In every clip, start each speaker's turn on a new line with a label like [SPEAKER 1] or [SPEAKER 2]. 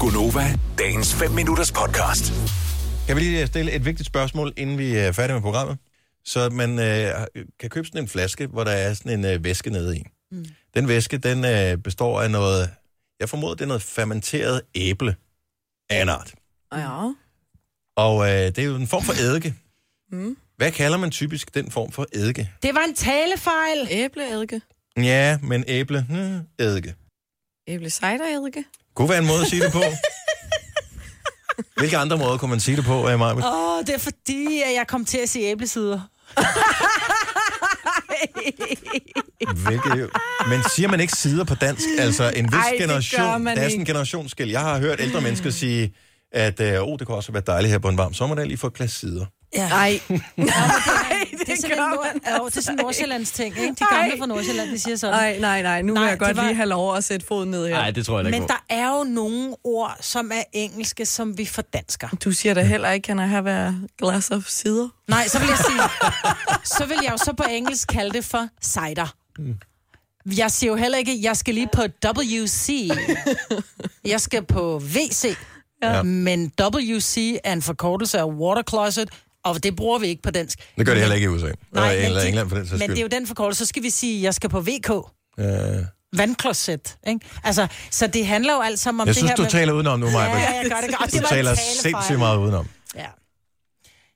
[SPEAKER 1] Gunova, dagens 5 minutters podcast.
[SPEAKER 2] Kan vi lige øh, stille et vigtigt spørgsmål, inden vi øh, er færdige med programmet? Så man øh, kan købe sådan en flaske, hvor der er sådan en øh, væske nede i. Mm. Den væske, den øh, består af noget, jeg formoder, det er noget fermenteret æble af en art.
[SPEAKER 3] Ja.
[SPEAKER 2] Og øh, det er jo en form for eddike. Mm. Hvad kalder man typisk den form for eddike?
[SPEAKER 4] Det var en talefejl.
[SPEAKER 3] Æbleeddike.
[SPEAKER 2] Ja, men æble, hmm, eddike.
[SPEAKER 3] Æblecidereddike.
[SPEAKER 2] Kunne være en måde at sige det på. Hvilke andre måder kunne man sige det på, øh, Maja?
[SPEAKER 4] Åh, oh, det er fordi, at jeg kom til at se æblesider.
[SPEAKER 2] Hvilket, men siger man ikke sider på dansk? Altså en vis
[SPEAKER 4] Ej, det gør
[SPEAKER 2] generation, der
[SPEAKER 4] man
[SPEAKER 2] er sådan
[SPEAKER 4] ikke.
[SPEAKER 2] en generationsskil. Jeg har hørt ældre mennesker sige, at øh, oh, det kunne også være dejligt her på en varm sommerdag lige for et glas sider.
[SPEAKER 4] Ja. Ej, det, er sådan en nord... jo, det er sådan en Nordsjællands ting, ikke? De gamle
[SPEAKER 3] Ej.
[SPEAKER 4] fra Nordsjælland, de siger sådan.
[SPEAKER 3] Nej, nej, nej. Nu
[SPEAKER 4] Nej,
[SPEAKER 3] vil jeg
[SPEAKER 4] det
[SPEAKER 3] godt
[SPEAKER 4] var-
[SPEAKER 3] lige have lov at sætte foden ned her.
[SPEAKER 5] Nej, det tror jeg da ikke
[SPEAKER 4] Men
[SPEAKER 5] på.
[SPEAKER 4] der er jo nogle ord, som er engelske, som vi fordansker.
[SPEAKER 3] Du siger da heller ikke, kan I have a glass of cider?
[SPEAKER 4] Nej, så vil jeg sige, så vil jeg jo så på engelsk kalde det for cider. Jeg siger jo heller ikke, jeg skal lige på WC. Jeg skal på WC.
[SPEAKER 2] Ja.
[SPEAKER 4] Ja. Men WC er en forkortelse af water closet, og det bruger vi ikke på dansk.
[SPEAKER 2] Det gør det heller ikke i USA. Nej,
[SPEAKER 4] men
[SPEAKER 2] eller
[SPEAKER 4] det-
[SPEAKER 2] England for den sags
[SPEAKER 4] Men det er jo
[SPEAKER 2] skyld.
[SPEAKER 4] den forkortelse, så skal vi sige, jeg skal på VK.
[SPEAKER 2] Øh,
[SPEAKER 4] Vandklosset, ikke? Altså, så det handler jo alt sammen om
[SPEAKER 2] Jeg
[SPEAKER 4] det
[SPEAKER 2] synes,
[SPEAKER 4] her
[SPEAKER 2] du taler udenom nu, Maja.
[SPEAKER 4] Ja, ja, jeg gør det godt.
[SPEAKER 2] Du
[SPEAKER 4] Det var en
[SPEAKER 2] taler
[SPEAKER 4] talefejl.
[SPEAKER 2] sindssygt meget udenom.
[SPEAKER 4] Ja.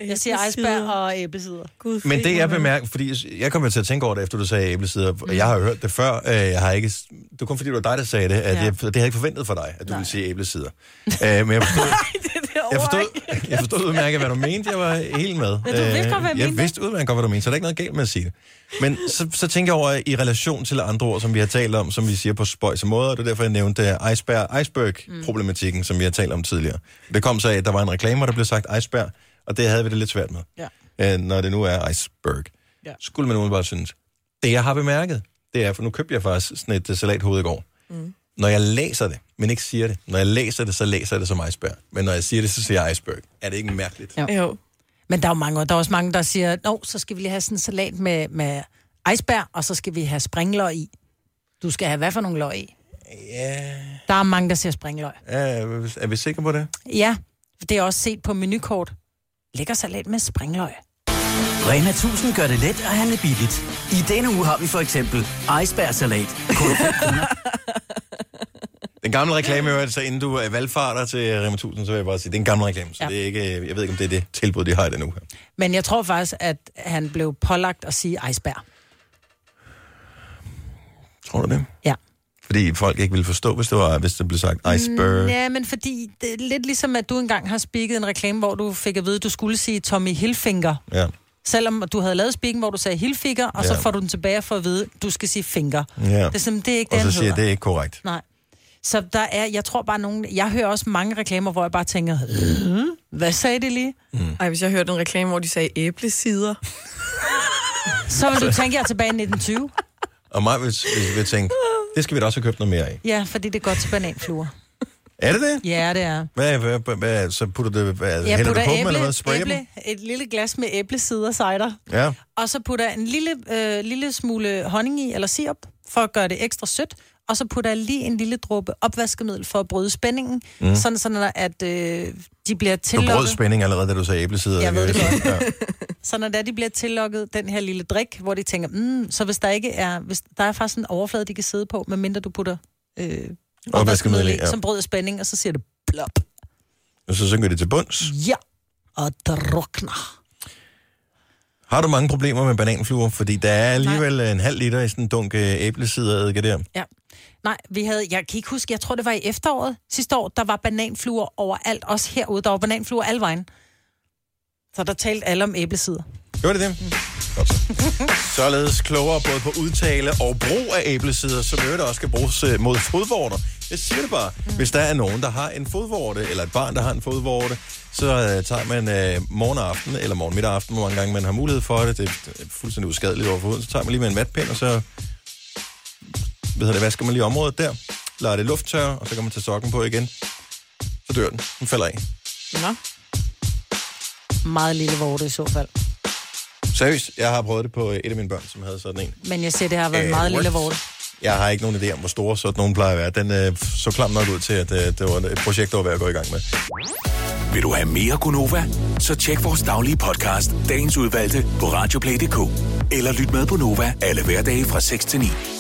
[SPEAKER 4] Jeg siger iceberg og æblesider.
[SPEAKER 3] Gud,
[SPEAKER 2] Men det, jeg
[SPEAKER 3] fik mig.
[SPEAKER 2] bemærker, fordi jeg kom jo til at tænke over det, efter du sagde æblesider,
[SPEAKER 4] Mm.
[SPEAKER 2] og jeg har jo hørt det før, øh, jeg har ikke, det var kun fordi, det var dig, der sagde det, at
[SPEAKER 4] Ja.
[SPEAKER 2] ja. jeg, det havde jeg ikke forventet for dig, at du ville sige æblesider. øh, men jeg forstod, jeg forstod, jeg forstod udmærket, hvad du mente. Jeg var helt med.
[SPEAKER 4] Ja, du vidste
[SPEAKER 2] Øh,
[SPEAKER 4] godt, hvad jeg
[SPEAKER 2] jeg
[SPEAKER 4] mente.
[SPEAKER 2] vidste udmærket godt, hvad du mente, så der er ikke noget galt med at sige det. Men så, så tænker jeg over i relation til andre ord, som vi har talt om, som vi siger på spøjs måder, og det er derfor, jeg nævnte iceberg, iceberg-problematikken, som vi har talt om tidligere. Det kom så af, at der var en reklame, hvor der blev sagt iceberg, og det havde vi det lidt svært med.
[SPEAKER 4] Ja.
[SPEAKER 2] Øh, når det nu er iceberg.
[SPEAKER 4] Ja.
[SPEAKER 2] Skulle man umiddelbart synes. Det, jeg har bemærket, det er, for nu købte jeg faktisk sådan et øh, salathoved i går.
[SPEAKER 4] Mm.
[SPEAKER 2] Når jeg læser det, men ikke siger det, når jeg læser det, så læser jeg det som iceberg. Men når jeg siger det, så siger jeg iceberg. Er det ikke mærkeligt?
[SPEAKER 4] Ja.
[SPEAKER 3] Jo.
[SPEAKER 4] Men der er jo mange, og der er også mange, der siger, Nå, så skal vi lige have sådan en salat med, med iceberg, og så skal vi have springløg i. Du skal have hvad for nogle løg i?
[SPEAKER 2] Ja.
[SPEAKER 4] Der er mange, der siger springløg.
[SPEAKER 2] Er, er vi sikre på det?
[SPEAKER 4] Ja, for det er også set på menukort. Lækker salat med springløg.
[SPEAKER 6] Rema 1000 gør det let at handle billigt. I denne uge har vi for eksempel icebergsalat. Kun fem kroner.
[SPEAKER 2] Den gamle reklame, jo, altså inden du er valgfarter til Rema 1000, så vil jeg bare sige, det er en gammel reklame, så ja.
[SPEAKER 4] Ja.
[SPEAKER 2] det er ikke, jeg ved ikke, om det er det tilbud, de har i den uge her.
[SPEAKER 4] Men jeg tror faktisk, at han blev pålagt at sige iceberg.
[SPEAKER 2] Tror du det?
[SPEAKER 4] Ja.
[SPEAKER 2] Fordi folk ikke ville forstå, hvis det, var, hvis det blev sagt iceberg.
[SPEAKER 4] Ja, men fordi det er lidt ligesom, at du engang har spikket en reklame, hvor du fik at vide, at du skulle sige Tommy Hilfinger.
[SPEAKER 2] Ja.
[SPEAKER 4] Selvom du havde lavet spikken, hvor du sagde Hilfiger, og ja. så
[SPEAKER 2] Ja.
[SPEAKER 4] får du den tilbage for at vide, at du skal sige finger.
[SPEAKER 2] ja.
[SPEAKER 4] Det er simpelthen, det er ikke
[SPEAKER 2] Og
[SPEAKER 4] det,
[SPEAKER 2] så
[SPEAKER 4] han
[SPEAKER 2] siger jeg,
[SPEAKER 4] hedder.
[SPEAKER 2] det er ikke korrekt.
[SPEAKER 4] Nej. Så der er, jeg tror bare nogen, jeg hører også mange reklamer, hvor jeg bare tænker, "Øh? hvad sagde det lige?
[SPEAKER 2] Mm.
[SPEAKER 3] Ej, hvis jeg hørte en reklame, hvor de sagde æblesider.
[SPEAKER 4] Så vil du tænke, jeg er tilbage i 1920.
[SPEAKER 2] Og mig vil, vil, vil tænke, det skal vi da også have købt noget mere af.
[SPEAKER 4] Ja, fordi det er godt til bananfluer.
[SPEAKER 2] Er det det?
[SPEAKER 4] Ja, det er.
[SPEAKER 2] Hvad, hvad, hvad, hvad så putter det, hvad,
[SPEAKER 4] Jeg
[SPEAKER 2] hælder du
[SPEAKER 4] putter
[SPEAKER 2] på dem, eller hvad?
[SPEAKER 4] æble,
[SPEAKER 2] Sprayer dem?
[SPEAKER 4] æble, et lille glas med æblesider cider,
[SPEAKER 2] Ja.
[SPEAKER 4] og så putter jeg en lille, øh, lille smule honning i, eller sirup, for at gøre det ekstra sødt. Og så putter jeg lige en lille dråbe opvaskemiddel for at bryde spændingen, mm. sådan, sådan at øh, de bliver
[SPEAKER 2] Du brød
[SPEAKER 4] tillukket.
[SPEAKER 2] spænding allerede, da du sagde æblesider.
[SPEAKER 4] Jeg ved det
[SPEAKER 2] godt. Ja.
[SPEAKER 4] Så når der de bliver tillukket den her lille drik, hvor de tænker, mm, så hvis der ikke er, hvis der er faktisk en overflade, de kan sidde på, medmindre du putter øh, opvaskemiddel i,
[SPEAKER 2] ja.
[SPEAKER 4] som bryder spænding, og så siger det blop.
[SPEAKER 2] Og så synker det til bunds.
[SPEAKER 4] Ja, og drukner.
[SPEAKER 2] Har du mange problemer med bananfluer? Fordi der er alligevel Nej. en halv liter i sådan en dunk øh, æblesiderædike der.
[SPEAKER 4] Ja. Nej, vi havde, jeg kan ikke huske, jeg tror det var i efteråret sidste år, der var bananfluer overalt, også herude, der var bananfluer alle vejen. Så der talte alle om æblesider.
[SPEAKER 2] Gjorde det det? Godt. så. Således klogere både på udtale og brug af æblesider, som i øvrigt også skal bruges øh, mod fodvorter. Jeg siger det bare. Hvis der er nogen, der har en fodvorte, eller et barn, der har en fodvorte, så øh, tager man øh, morgen og aften, eller morgen middag og aften, hvor mange gange man har mulighed for det. Det er fuldstændig uskadeligt over for huden. Så tager man lige med en vatpind, og så ved jeg det, vasker man lige området der, lader det lufttørre, og så kan man tage sokken på igen. Så dør den. Den falder af.
[SPEAKER 3] Nå.
[SPEAKER 4] Meget lille vorte i så fald.
[SPEAKER 2] Seriøst, jeg har prøvet det på øh, et af mine børn, som havde sådan en.
[SPEAKER 4] Men jeg siger, det har været en
[SPEAKER 2] Øh,
[SPEAKER 4] meget lille
[SPEAKER 2] worst.
[SPEAKER 4] vorte.
[SPEAKER 2] Jeg har ikke nogen idé om, hvor store sådan nogen plejer at være. Den øh, så klam nok ud til, at øh, det var et projekt, der var værd at gå i gang med.
[SPEAKER 1] Vil du have mere Gunova? Så tjek vores daglige podcast, dagens udvalgte, på radioplay.dk. Eller lyt med på Nova alle hverdage fra 6 til 9.